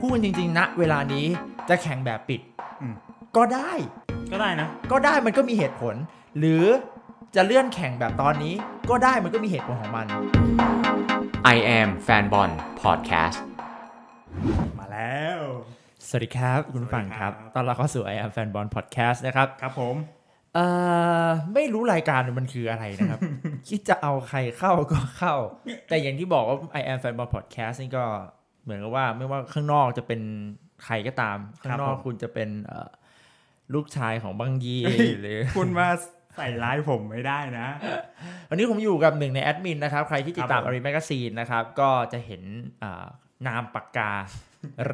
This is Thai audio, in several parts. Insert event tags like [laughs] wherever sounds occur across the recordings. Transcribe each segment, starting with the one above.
พูดกันจริงๆนะเวลานี้จะแข่งแบบปิด อืม ก็ได้ ก็ได้นะ ก็ได้มันก็มีเหตุผล หรือจะเลื่อนแข่งแบบตอนนี้ก็ได้มันก็มีเหตุผลของมัน I am Fanbon Podcast มาแล้ว สวัสดีครับ คุณฝั่งครับ สวัสดีครับ ตอนเราเข้าสู่ I am Fan Ball Podcast นะครับ ครับผม เอ่อไม่รู้รายการมันคืออะไร [laughs] นะครับ คิดจะเอาใครเข้าก็เข้า แต่อย่างที่บอกว่า I am Fan Ball Podcast นี่ก็เหมือนกับว่าไม่ว่าข้างนอกจะเป็นใครก็ตาม ข้างนอก ผม คุณจะเป็นเอ่อลูกชายของบังยีหรือ คุณมาใส่ร้ายผมไม่ได้นะ วันนี้ผมอยู่กับหนึ่งในแอดมินนะครับ ใครที่ติดตาม ครัอาบผม รีแมกซีนนะครับ ก็จะเห็นอ่านามปากกา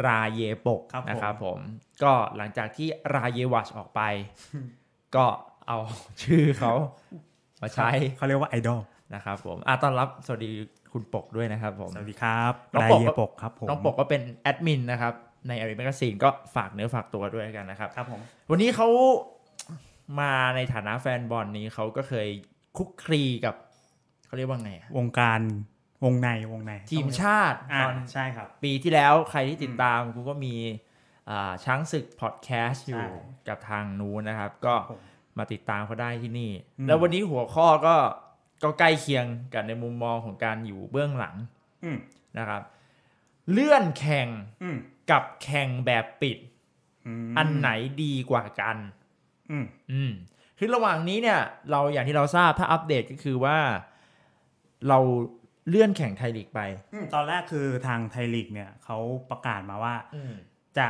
ราเยปกนะครับผม ก็หลังจากที่ราเยวัชอ [laughs] อกไป ก็เอาชื่อเขามาใช้ เขาเรียกว่าไอดอล นะครับผมอ่ะต้อนรับสวัสดีคุณปกด้วยนะครับผม สวัสดีครับ น้อง ราย ปก เยปกครับผม น้องปกก็เป็นแอดมินนะครับ ในอารีแมกซีนก็ฝากเนื้อฝากตัวด้วยกันนะครับ ครับผม วันนี้เขามาในฐานะแฟนบอลนี้เขาก็เคยคลุกคลีกับเขาเรียกว่าไงอะ วงการวงในวงใน ทีมชาติ อ่า ตอน ใช่ครับ ปีที่แล้วใครที่ติดตามกูก็มีอ่าช้างศึกพอดแคสต์อยู่ ใช่ กับทางนู้นนะครับ ก็ ผม มาติดตามเขาได้ที่นี่ อืม แล้ววันนี้หัวข้อก็ก็ใกล้เคียงกันในมุมมองของการอยู่เบื้องหลัง อืม นะครับ เลื่อนแข่ง อืม กับแข่งแบบปิด อันไหนดีกว่ากัน อืม อืมคือระหว่างนี้เนี่ยเราอย่างที่เราทราบถ้าอัปเดตก็คือว่า เราเลื่อนแข่งไทยลีกไป อืมตอนแรกคือทางไทยลีกเนี่ยเขาประกาศมาว่า จะ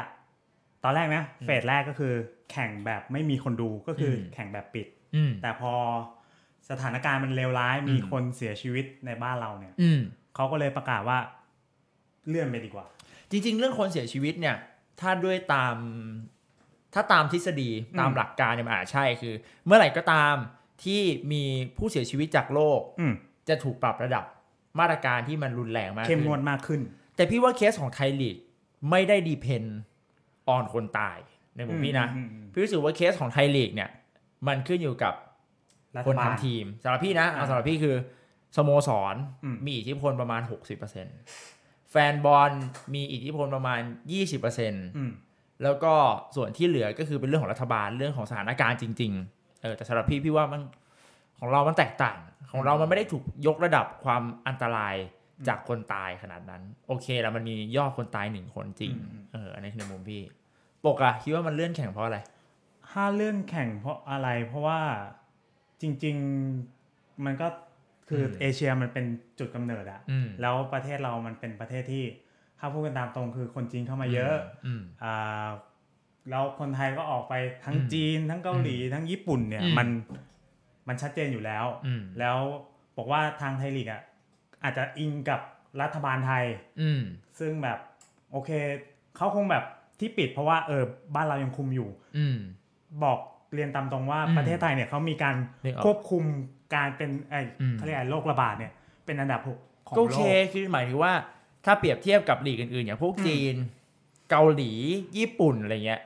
ตอนแรกนะ เฟสแรกก็คือ แข่งแบบไม่มีคนดูก็คืออ ม แข่งแบบปิด อืม แต่พอสถานการณ์มันเลวร้ายมี อืม คนเสียชีวิตในบ้านเราเนี่ย อืม เขาก็เลยประกาศว่าเลื่อนไปดีกว่า จริงๆ เรื่องคนเสียชีวิตเนี่ย ถ้าด้วยตามถ้าตามทฤษฎี อืม ตามหลักการเนี่ยมันอาจใช่คือ เมื่อไหร่ก็ตามที่มีผู้เสียชีวิตจากโรค อืม จะถูกปรับระดับมาตรการที่มันรุนแรงมาก เข้ม ขึ้น งวดมากขึ้น แต่พี่ว่าเคสของไทยลีกไม่ได้ดีเพนออนคนตายในมุมพี่นะ อืมอืมอืม พี่รู้สึกว่าเคสของไทยลีกเนี่ย มันขึ้นอยู่กับ รัฐ คน บาล ทำทีมสำหรับพี่นะเอา อ่า สำหรับพี่คือสโมสร อืม มีอิทธิพลประมาณ 60%แฟนบอลมีอิทธิพลประมาณ 20% อืม แล้วก็ส่วนที่เหลือก็คือเป็นเรื่องของรัฐบาลเรื่องของสถานการณ์จริงๆเออแต่สำหรับพี่พี่ว่ามันของเรามันแตกต่าง ของเรามันไม่ได้ถูกยกระดับความอันตรายจากคนตายขนาดนั้น โอเคแล้วมันมียอดคนตายหนึ่งคนจริงเอออันนี้คือในมุมพี่ปกอะคิดว่ามันเลื่อนแข่งเพราะอะไร ถ้าเลื่อนแข่งเพราะอะไร เพราะว่าจริง ๆมันก็คืออ ม เอเชียมันเป็นจุดกำเนิดอะ อืม แล้วประเทศเรามันเป็นประเทศที่ถ้าพูดกันตามตรงคือคนจีนเข้ามาเยอะ อืม อ่าแล้วคนไทยก็ออกไปทั้ง อืม จีน ทั้งเกาหลีทั้งญี่ปุ่นเนี่ย อืม มันมันชัดเจนอยู่แล้ว อืม แล้วบอกว่าทางไทยลีกอ่ะอาจจะอิงกับรัฐบาลไทย อืม ซึ่งแบบโอเคเขาคงแบบที่ปิดเพราะว่าเออบ้านเรายังคุมอยู่ อืม บอกเรียนตามตรงว่า อืม ประเทศไทยเนี่ยเขามีการ นึกออก ควบคุมการเป็นไอ้ อืม เขาเรียกอะไรโรคระบาดเนี่ยเป็นอันดับหกของ ก็โอ โล เค ก คือหมายถึงว่าถ้าเปรียบเทียบกับลีกอื่นๆ อย่างพวก อืม จีน เกาหลี ญี่ปุ่นอะไรเงี้ย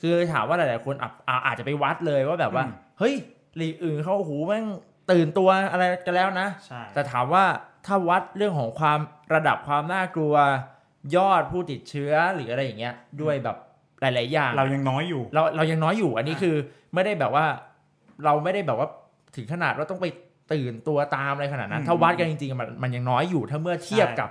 คือถามว่าหลายๆ คนอาจอาอาจจะไปวัดเลยว่าแบบว่า เฮ้ยลีกอื่นเขาโอ้โหูแม่งตื่นตัวอะไรกันแล้วนะ ใช่ แต่ถามว่าถ้าวัดเรื่องของความระดับความน่ากลัว ยอดผู้ติดเชื้อหรืออะไรอย่างเงี้ย ด้วยแบบหลาย ๆ อย่าง เรายังน้อยอยู่ เราเรายังน้อยอยู่อันนี้ อ่า คือไม่ได้แบบว่าเราไม่ได้แบบว่าถึงขนาดว่าต้องไปตื่นตัวตามอะไรขนาดนั้น ถ้าวัดกันจริงๆมันมันยังน้อยอยู่ถ้าเมื่อเทียบกับ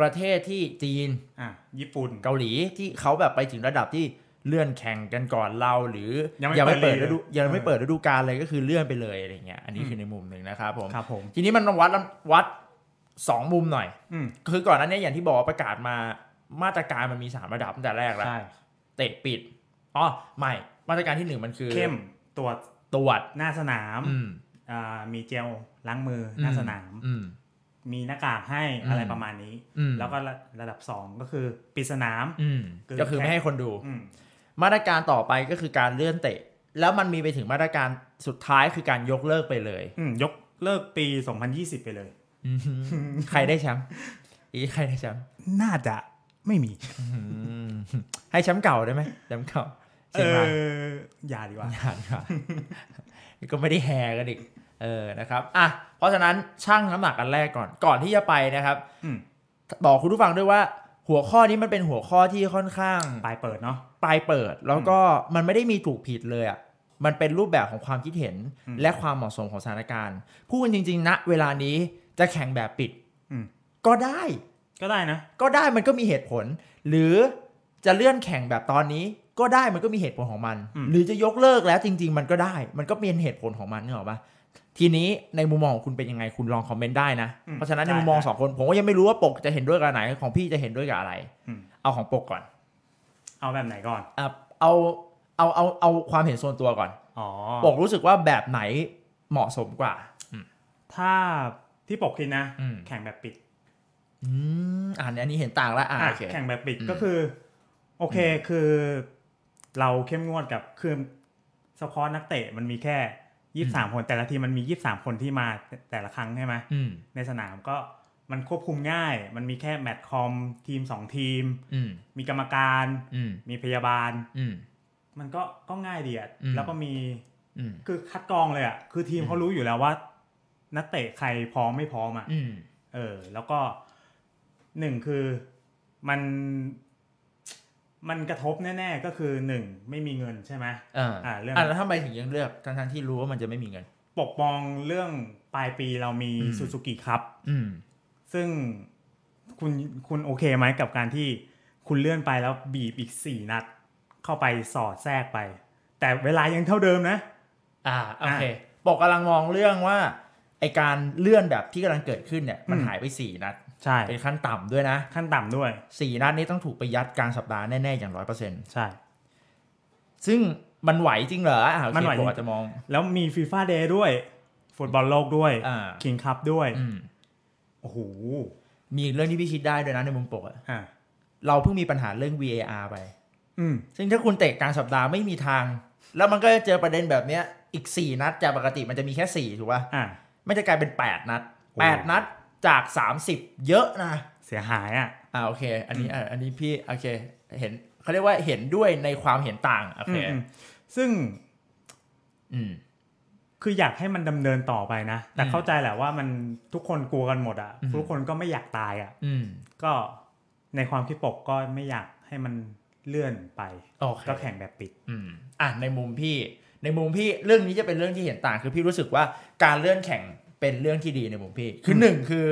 ประเทศที่จีน อ่ะญี่ปุ่น เกาหลีที่เขาแบบไปถึงระดับที่เลื่อนแข่งกันก่อนเราหรือ ยังไม่ ไม่ เปิ เปิ ด ด ลีฤกดู เลย ยังไม่ เออ เปิดฤดูกาลเลยก็คือเลื่อนไปเลยอะไรเงี้ยอันนี้ อืม คือในมุมหนึ่งนะครับผม ครับผม ทีนี้มันวัดวัดสองมุมหน่อย อืม คือก่อนหนั้านเนี่ยอย่างที่บอกว่าประกาศมามาตรการมันมีสามระดับตั้งแต่แรกแล้ว ใช่ เตะปิด อ๋อ ไม่ มาตรการที่หนึ่งมันคือ เข้มตรวจ ตรวจ หน้าสนาม อืม อ่ามีเจลล้างมือหน้าสนาม อืม มีหน้ากากให้อะไร อืม ประมาณนี้ อืม แล้วก็ระระดับ 2 ก็คือปิดสนาม อืม คือ ก็คือไม่ให้คนดู อืม มาตรการต่อไปก็คือการเลื่อนเตะ แล้วมันมีไปถึงมาตรการสุดท้ายคือการยกเลิกไปเลย อืมยกเลิกปี 2020 ไปเลย ใครได้แชมป์อีใครได้แชมป์ น่าจะไม่มี อืมให้แชมป์เก่าได้ไหมแชมป์เก่า เอ เชียงราย ออย่าดีกว่า อย่างค่ะก็ไม่ได้แห่กันอีกเออนะครับอ่ะเพราะฉะนั้นช่างน้ำหนักอันแรกก่อนก่อนที่จะไปนะครับ อืม บอกคุณผู้ฟังด้วยว่า หัวข้อนี้มันเป็นหัวข้อที่ค่อนข้าง ปลายเปิดเนาะ ปลายเปิดแล้วก็มันไม่ได้มีถูกผิดเลยอ่ะมันเป็นรูปแบบของความคิดเห็น อืม และความเหมาะสมของสถานการณ์พูดกันจริงๆนะเวลานี้จะแข่งแบบปิด อืม ก็ได้ ก็ได้นะ ก็ได้มันก็มีเหตุผล หรือจะเลื่อนแข่งแบบตอนนี้ ก็ได้มันก็มีเหตุผลของมัน อืม หรือจะยกเลิกแล้วจริง ๆ มันก็ได้ มันก็เป็นเหตุผลของมันเนี่ยหรอกปะทีนี้ในมุมมองของคุณเป็นยังไงคุณลองคอมเมนต์ได้นะ อืม เพราะฉะนั้นใน ได้ มุมมอง ได้ สองคนผมก็ยังไม่รู้ว่าปกจะเห็นด้วยกับอันไหนของพี่จะเห็นด้วยกับอะไร อืม เอาของปกก่อน เอาแบบไหนก่อน อ่ะเอาเอาเอาเอาความเห็นส่วนตัวก่อน อ๋อ บอกรู้สึกว่าแบบไหนเหมาะสมกว่า ถ้าที่ปกคิดนะ อืม แข่งแบบปิด อืมอ่านอันนี้เห็นต่างละอ่า อ่ะ โอเค แข่งแบบปิด อืม ก็คือ โอเคคือ เราเข้มงวดกับคือสควอตนักเตะมันมีแค่ยี่สามคน แต่ละทีมมันมียี่สามคนที่มาแต่ละครั้งใช่ไหม อืม ในสนามก็มันควบคุมง่าย มันมีแค่แมตช์คอมทีมสองทีม อืม มีกรรมการ อืม มีพยาบาล อืม มันก็ก็ง่ายดีอะ อืม แล้วก็มี อืม คือคัดกรองเลยอะคือทีมเขารู้อยู่แล้วว่า นักเตะใครพร้อมไม่พร้อมอะ อืม เออ แล้วก็หนึ่งคือมัน มันกระทบแน่ ๆ ก็คือหนึ่งไม่มีเงินใช่ไหม อ่า อ่าเรื่อง อ่าแล้วทำไมถึงยังเลือกทั้งทั้งๆที่รู้ว่ามันจะไม่มีเงิน ปกปองเรื่องปลายปีเรามี อืม ซูซูกิครับ อืม ซึ่งคุณคุณโอเคไหมกับการที่คุณเลื่อนไปแล้วบีบอีกสี่นัด เข้าไปสอดแทรกไป แต่เวลายังเท่าเดิมนะ อ่าโอเคปกกำลังมองเรื่องว่าไอการเลื่อนแบบที่กำลังเกิดขึ้นเนี่ยมัน อืม หายไปสี่นัด ใช่ เป็นขั้นต่ำด้วยนะ ขั้นต่ำด้วย สี่นัดนี้ต้องถูกไปยัดกลางสัปดาห์แน่ๆอย่างร้อยเปอร์เซ็นต์ ใช่ ซึ่งมันไหวจริงเหรออ่าโอเค มันไหวจ ป ริง กอาจจะมอง แล้วมีฟีฟ่าเดย์ด้วย ฟุตบอลโลกด้วย อ่า คิงคัพด้วย อืม โอ้โห มีอีกเรื่องที่พี่คิดได้ด้วยนะในมุมปกอะ อ่า เราเพิ่งมีปัญหาเรื่อง VAR ไป อืม ซึ่งถ้าคุณเตะกลางสัปดาห์ไม่มีทาง แล้วมันก็จะเจอประเด็นแบบเนี้ยอีก 4 นัดจากปกติมันจะมีแค่ 4 ถูกป่ะ อ่า ไม่จะกลายเป็น 8 นัด โอ้ 8 นัดจาก 30 เยอะนะ เสียหายอ่ะ อ่าโอเค อันนี้อ่าอันนี้พี่โอเค เห็นเขาเรียกว่าเห็นด้วยในความเห็นต่างโอ อื เค มอืมซึ่ง อืม คืออยากให้มันดำเนินต่อไปนะ แต่ อืม เข้าใจแหละว่ามันทุกคนกลัวกันหมดอ่ะ อืม ทุกคนก็ไม่อยากตายอ่ะ อืม ก็ในความคิดปกก็ไม่อยากให้มันเลื่อนไป โอเค ก็แข่งแบบปิด อืมอ่ะในมุมพี่ในมุมพี่เรื่องนี้จะเป็นเรื่องที่เห็นต่างคือพี่รู้สึกว่าการเลื่อนแข่งเป็นเรื่องที่ดีในมุมพี่ คือหนึ่งคือ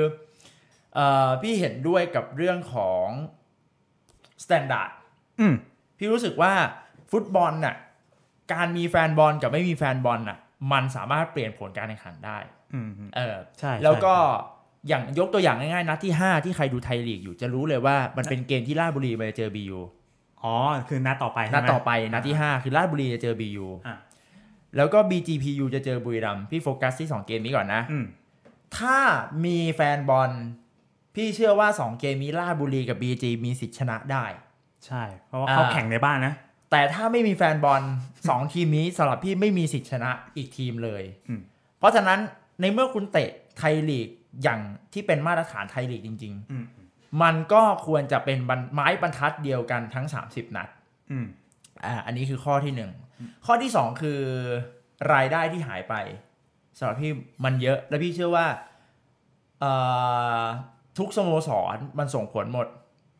เอ่อพี่เห็นด้วยกับเรื่องของสแตนดาร์ด อืม พี่รู้สึกว่าฟุตบอลน่ะการมีแฟนบอลกับไม่มีแฟนบอลน่ะมันสามารถเปลี่ยนผลการแข่งขันได้ อืม เออ ใช่ แล้วก็อย่างยกตัวอย่างง่ายๆนะที่ 5 ที่ใครดูไทยลีกอยู่จะรู้เลยว่ามันเป็นเกมที่ราชบุรีไปเจอบียู อ๋อ คือนัดต่อไปใช่ นัด ไหม ต่อไปนัดที่ห้าคือราชบุรีจะเจอบียู อ่ะ แล้วก็ BGPU จะเจอบุรีรัมย์พี่โฟกัสที่ 2 เกมนี้ก่อนนะ อืม ถ้ามีแฟนบอล พี่เชื่อว่า 2 เกมนี้ราชบุรีกับ BG มีสิทธิชนะได้ ใช่ เพราะว่าเขา อ่า แข่งในบ้านนะ แต่ถ้าไม่มีแฟนบอล 2 ทีมนี้สำหรับพี่ไม่มีสิทธิชนะอีกทีมเลย อืม เพราะฉะนั้นในเมื่อคุณเตะไทยลีกอย่างที่เป็นมาตรฐานไทยลีกจริง อืม ๆ มันก็ควรจะเป็นบรรไม้บรรทัดเดียวกันทั้ง 30 นัด อืม อ่าอันนี้คือข้อที่หนึ่งข้อที่สองคือรายได้ที่หายไปสำหรับพี่มันเยอะ และพี่เชื่อว่าเอ่อทุกสโมสรมันส่งผลหมด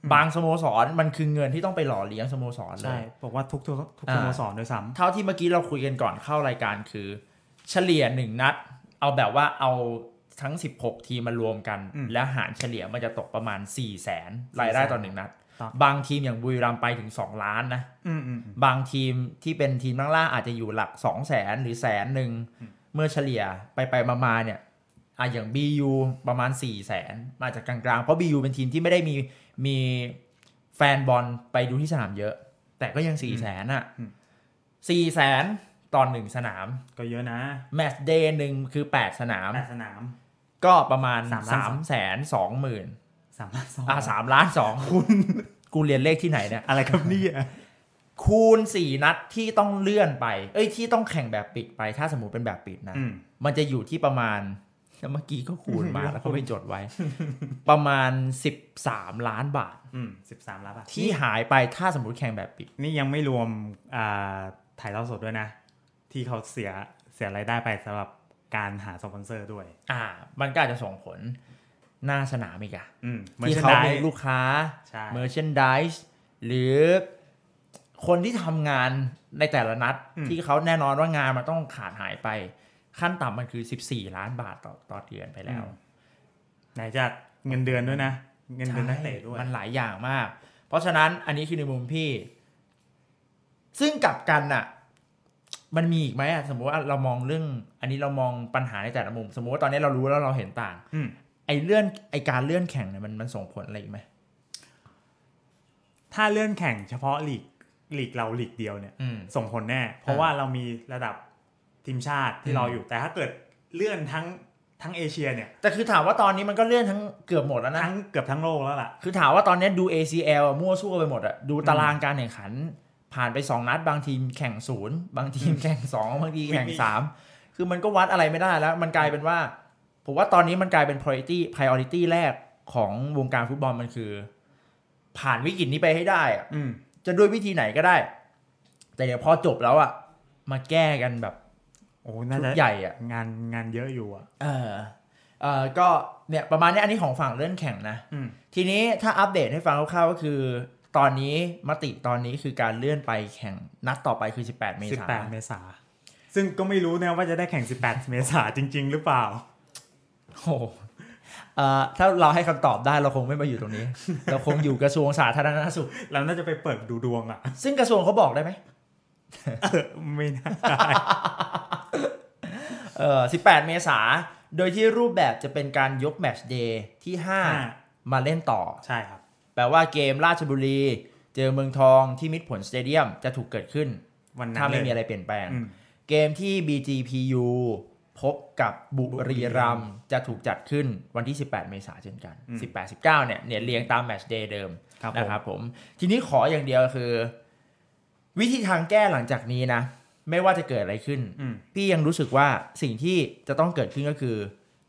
อืม บางสโมสรมันคือเงินที่ต้องไปหล่อเลี้ยงสโมสรเล ใช่ ย บอกว่าทุกทุกทุก อ่า สโมสรด้วยซ้ เท่าที่เมื่อกี้เราคุยกันก่อนเข้ารายการคือ เฉลี่ยหนึ่งนัด เอาแบบว่าเอาทั้ง 16 ทีมมารวมกัน แล้วหารเฉลี่ยมันจะตกประมาณ 4 0 0แสนรายได้ต่อหนึ่งนัด บางทีมอย่างบุรีรัมย์ไปถึง 2 ล้านนะ ำอืมอืมอืม บางทีมที่เป็นทีมล่างล่างๆอาจจะอยู่หลัก2 0 0แสนหรือแสนหนึ่งเมื่อเฉลี่ยไปไปมามาๆเนี่ยอ่ะอย่าง BU ประมาณ 4 0 0แสนมาจากกลางๆ เพราะ BU เป็นทีมที่ไม่ได้มีมีแฟนบอลไปดูที่สนามเยอะ แต่ก็ยัง 4 0 0แสนอ่ะ อืม 4 0แสนตอนหนึ่งสนาม ก็เยอะนะ แมตช์เดย์หนึ่งคือ 8 สนาม แต่สนาม ก็ประมาณ สามล้าน 3 2 0 0 0 0 0 สามล้านสอง อ่ะสามล้านสองคุณกูเรียนเลขที่ไหนเนี่ย อะไรครับเนี่ย คูณ 4 นัดที่ต้องเลื่อนไป เอ้ยที่ต้องแข่งแบบปิดไป ถ้าสมมติเป็นแบบปิดนะ อืม มันจะอยู่ที่ประมาณแล้วเมื่อกี้ก็คูณ [laughs] มา อืม แล้วก็ไม่จดไว้ ประมาณ 13 ล้านบาท อืมสิบสามล้านบาท ที่หายไปถ้าสมมติแข่งแบบปิด นี่ยังไม่รวมอ่าถ่ายทอดสดด้วยนะ ที่เขาเสียเสียรายได้ไปสำหรับการหาสปอนเซอร์ด้วย อ่า มันก็อาจจะส่งผล หน้าสนามอีกอะ อืม ที่เขามีลูกค้า ใช่ เมอร์เชนดิสหรือคนที่ทำงานในแต่ละนัด ที่เขาแน่นอนว่างานมันต้องขาดหายไป ขั้นต่ำมันคือ 14 ล้านบาทต่อต่อเดือนไปแล้ว ไหนจะเงินเดือนด้วยนะ เงินเดือนนักเตะด้วย มันหลายอย่างมาก เพราะฉะนั้นอันนี้คือในมุมพี่ ซึ่งกลับกันน่ะ มันมีอีกไหมอะสมมติว่าเรามองเรื่อง อันนี้เรามองปัญหาในแต่ละมุม สมมติว่าตอนนี้เรารู้แล้วเราเห็นต่าง อืม ไอเลื่อนไอการเลื่อนแข่งเนี่ยมันมันส่งผลอะไรอีกไหม ถ้าเลื่อนแข่งเฉพาะลีกลีกเราลีกเดียวเนี่ย อืม ส่งผลแน่ เพราะ อ่า ว่าเรามีระดับทีมชาติ อื ที่ ม รออยู่แต่ถ้าเกิดเลื่อนทั้งทั้งเอเชียเนี่ย แต่คือถามว่าตอนนี้มันก็เลื่อนทั้งเกือบหมดแล้วนะ ทั้งเกือบทั้งโลกแล้วล่ะ คือถามว่าตอนเนี้ยดู ACL อะมั่วซั่วไปหมดอะดูตารางการแข่งขัน ผ่านไป 2 นัด บางทีมแข่งศูนย์บางทีมแข่ง 2 บางทีแข่ง มี 3 คือมันก็วัดอะไรไม่ได้แล้ว มันกลายเป็นว่า ผมว่าตอนนี้มันกลายเป็น priority priority แรกของวงการฟุตบอลมันคือ ผ่านวิกฤตนี้ไปให้ได้อะ อืม จะด้วยวิธีไหนก็ได้ แต่เดี๋ยวพอจบแล้วอะมาแก้กันแบบ โอ้น่า ชุดจะใหญ่อะ งานงานเยอะอยู่อ่ะ เออเออก็เนี่ยประมาณเนี้ยอันนี้ของฝั่งเล่นแข่งนะ อืม ทีนี้ถ้าอัปเดตให้ฟังคร่าวๆก็คือ ตอนนี้มติตอนนี้คือการเลื่อนไปแข่งนัดต่อไปคือ 18 เมษา 18 เมษา ซึ่งก็ไม่รู้นะว่าจะได้แข่ง 18 เมษาจริง ๆ หรือเปล่า โอ้โหเอ่อถ้าเราให้คำตอบได้เราคงไม่มาอยู่ตรงนี้ เราคงอยู่กระทรวงสาธารณสุข เราน่าจะไปเปิดดูดวงอ่ะ [laughs] ซึ่งกระทรวงเขาบอกได้ไหม เออไม่น่าได้ เออ18 เมษาโดยที่รูปแบบจะเป็นการยกแมตช์เดย์ที่ ห้า 5 มาเล่นต่อ ใช่ครับ แปลว่าเกมราชบุรี เจอเมืองทองที่มิตรผลสเตเดียมจะถูกเกิดขึ้น วันนั้น ถ้าไม่ เลย มีอะไรเปลี่ยนแปลง อืม เกมที่ BGPU พบกับบุรีรัมย์จะถูกจัดขึ้นวันที่ 18 เมษายนเช่นกัน อืม 18 19 เนี่ยเนี่ยเรียงตามแมตช์เดย์เดิม ครับผม นะครับผม ทีนี้ขออย่างเดียวคือ วิธีทางแก้หลังจากนี้นะ ไม่ว่าจะเกิดอะไรขึ้น อืม พี่ยังรู้สึกว่าสิ่งที่จะต้องเกิดขึ้นก็คือ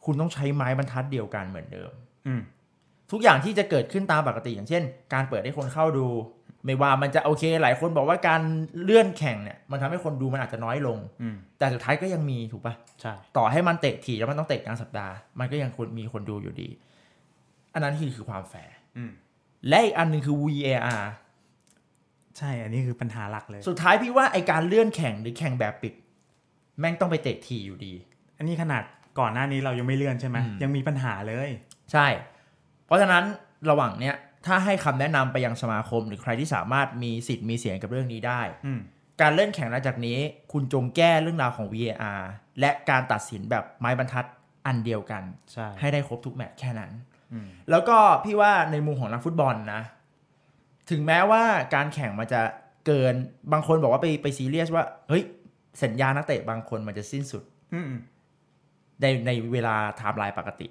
คุณต้องใช้ไม้บรรทัดเดียวกันเหมือนเดิม อืม ทุกอย่างที่จะเกิดขึ้นตามปกติอย่างเช่น การเปิดให้คนเข้าดู ไม่ว่ามันจะโอเค หลายคนบอกว่าการเลื่อนแข่งเนี่ยมันทำให้คนดูมันอาจจะน้อยลง อืม แต่สุดท้ายก็ยังมีถูกปะ ใช่ ต่อให้มันเตะถี่แล้วมันต้องเตะกลางสัปดาห์ มันก็ยังคนมีคนดูอยู่ดี อันนั้นคือคือความแฟร์ อืม และอีกอันหนึ่งคือ VAR ใช่ อันนี้คือปัญหาหลักเลย สุดท้ายพี่ว่าไอการเลื่อนแข่งหรือแข่งแบบปิด แม่งต้องไปเตะถี่อยู่ดี อันนี้ขนาดก่อนหน้านี้เรายังไม่เลื่อนใช่ไหม ยังมีปัญหาเลย ใช่ เพราะฉะนั้นระหว่างเนี้ยถ้าให้คำแนะนำไปยังสมาคม หรือใครที่สามารถมีสิทธิ์มีเสียงกับเรื่องนี้ได้ อืม การเล่นแข่งหลังจากนี้ คุณจงแก้เรื่องราวของ VAR และการตัดสินแบบไม้บรรทัดอันเดียวกัน ใช่ ให้ได้ครบทุกแมตช์แค่นั้น อืม แล้วก็พี่ว่าในมุมของนักฟุตบอลนะ ถึงแม้ว่าการแข่งมันจะเกินบางคนบอกว่าไปไปซีเรียสว่า เฮ้ย สัญญานักเตะบางคนมันจะสิ้นสุด อืมอืม ในในเวลาไทม์ไลน์ปกติ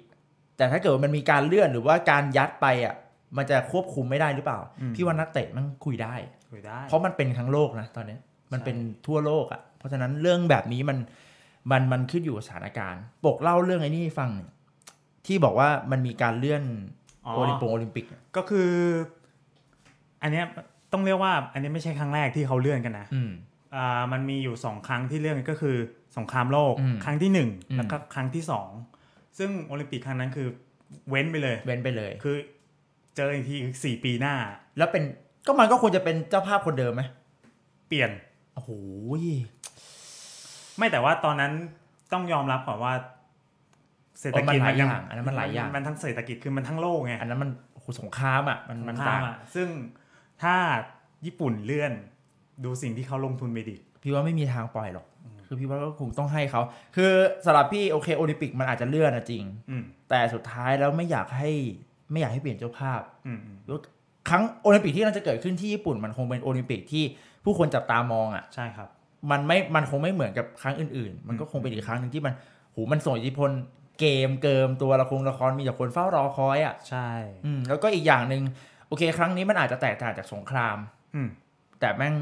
แต่ถ้าเกิดว่ามันมีการเลื่อนหรือว่าการยัดไปอ่ะมันจะควบคุมไม่ได้หรือเปล่า อืม พี่ว่านักเตะมันคุยได้ คุยได้ เพราะมันเป็นทั้งโลกนะตอนเนี้ยมันเป็นทั่วโลกอะ่ะ เพราะฉะนั้นเรื่องแบบนี้มันมันมันขึ้นอยู่กับสถานการณ์ ปกเล่าเรื่องไอ้นี่ให้ฟังเนี่ยที่บอกว่ามันมีการเลื่อน อ๋อ โอลิมปงโอลิมปิกอะ ก็คือ อันเนี้ยต้องเรียกว่า อันนี้ไม่ใช่ครั้งแรกที่เขาเลื่อนกันนะ อืม อ่ามันมีอยู่สองครั้งที่เรื่องก็คือสงครามโลก อืม ครั้งที่หนึ่ง อืม แล้วก็ครั้งที่สองซึ่งโอลิมปิกครั้งนั้นคือเว้นไปเลย เว้นไปเลย คือเจออีกทีคือสี่ปีหน้า แล้วเป็นก็มันก็ควรจะเป็นเจ้าภาพคนเดิมไหม เปลี่ยน โอ้โห ไม่แต่ว่าตอนนั้นต้องยอมรับก่อนว่า เศรษฐ เออมัน กิจ หลาย มัน อ ยัง ย่างอันนั้นมันหลายอย่าง มันทั้งเศรษฐกิจคือมันทั้งโลกไง อันนั้นมันโอ้โหสงครามอ่ะมันมัน สงครา ต่าง มอะซึ่งถ้าญี่ปุ่นเลื่อนดูสิ่งที่เขาลงทุนไปดิ พี่ว่าไม่มีทางปล่อยหรอก คือพี่ว่าก็คงต้องให้เขาคือสำหรับพี่โอเคโอลิมปิกมันอาจจะเลื่อนอะจริง อืม แต่สุดท้ายแล้วไม่อยากให้ไม่อยากให้เปลี่ยนเจ้าภาพ อืมอืม ครั้งโอลิมปิกที่กำลังจะเกิดขึ้นที่ญี่ปุ่นมันคงเป็นโอลิมปิกที่ผู้คนจับตามองอะ่ะ ใช่ครับ มันไม่มันคงไม่เหมือนกับครั้งอื่นๆ มันก็คงเป็นอีกครั้งหนึ่งที่มันหูมันส่งอิทธิพลเกมเกิมตัวละครละครมีแต่คนเฝ้ารอคอยอะ่ะ ใช่ อืมแล้วก็อีกอย่างหนึ่งโอเค ครั้งนี้มันอาจจะแตกต่างจากสงคราม อืม แต่แม่ง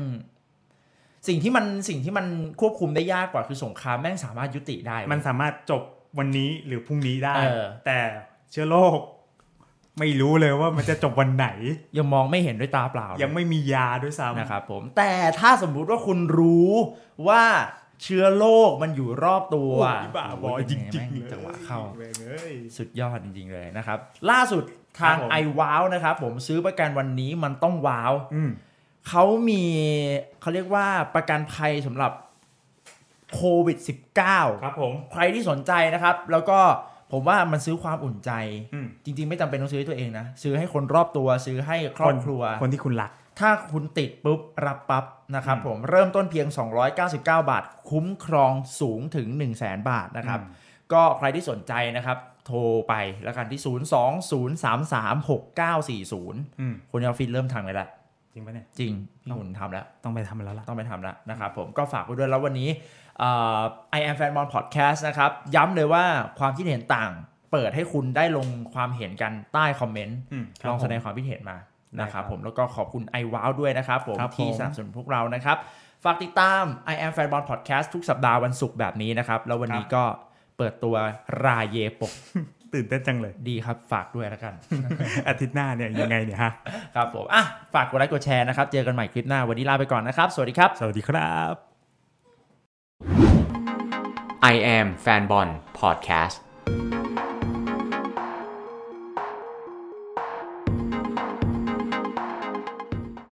สิ่งที่มันสิ่งที่มันควบคุมได้ยากกว่าคือสงครามแม่งสามารถยุติได้เว้ย มันสามารถจบวันนี้หรือพรุ่งนี้ได้ เออ แต่เชื้อโรคไม่รู้เลยว่ามันจะจบวันไหน ยังมองไม่เห็นด้วยตาเปล่าเล ยังไม่มียาด้วยซ้ำ นะครับผมแต่ถ้าสมมุติว่าคุณรู้ว่า เชื้อโรคมันอยู่รอบตัว โอ้ยบ้าบอจ เป็นไ ริงๆเล แม่ ย จังหวะเข้า แม่งเอ้ย สุดยอดจริง ๆ เลยนะครับ ล่าสุดทาง ครับผม i w o w นะครับ ผมซื้อประกันวันนี้มันต้องว้าว อืม เขามีเขาเรียกว่าประกันภัยสำหรับโควิด -19 ครับผม ใครที่สนใจนะครับ แล้วก็ผมว่ามันซื้อความอุ่นใจ อืม จริง ๆ ไม่จำเป็นต้องซื้อให้ตัวเองนะ ซื้อให้คนรอบตัวซื้อให้ครอบครัว คนที่คุณรัก ถ้าคุณติดปุ๊บ รับปั๊บนะครับ อืม ผมเริ่มต้นเพียง 299 บาท คุ้มครองสูงถึง 1 0 0 0 0แบาทนะครับ อืม ก็ใครที่สนใจนะครับ โทรไปแล้วกันที่ 020336940 อืม คุณยอฟฟินเริ่มทำไปแล้ว จริงปะเนี่ย จริงพี่หุ่นทำแล้ว ต้องไปทำแล้วล่ะ ต้องไปทำแล้วนะครับผมก็ฝากไว้ด้วยแล้ววันนี้เอ่อ I am fan ball podcast นะครับ ย้ำเลยว่าความคิดเห็นต่าง เปิดให้คุณได้ลงความเห็นกันใต้คอมเมนต์ อืมครับ ลองแสดงความคิดเห็นมานะครับ ได้ครับ ผมแล้วก็ขอบคุณ i w o w ด้วยนะครับผม ครับผม ที่สนับสนุนพวกเรานะครับ ฝากติดตาม I am fan ball podcast ทุกสัปดาห์วันศุกร์แบบนี้นะครับ แล้ววันนี้ก็เปิดตัวราเยปก ตื่นเต้นจังเลย [laughs] ดีครับ ฝากด้วยแล้วกัน อาทิตย์หน้าเนี่ยยังไงเนี่ยฮะ ครับผมอ่ะฝากกดไลค์กดแชร์นะครับเจอกันใหม่คลิปหน้าวันนี้ลาไปก่อนนะครับ สวัสดีครับ สวัสดีครับ I am Fanbon Podcast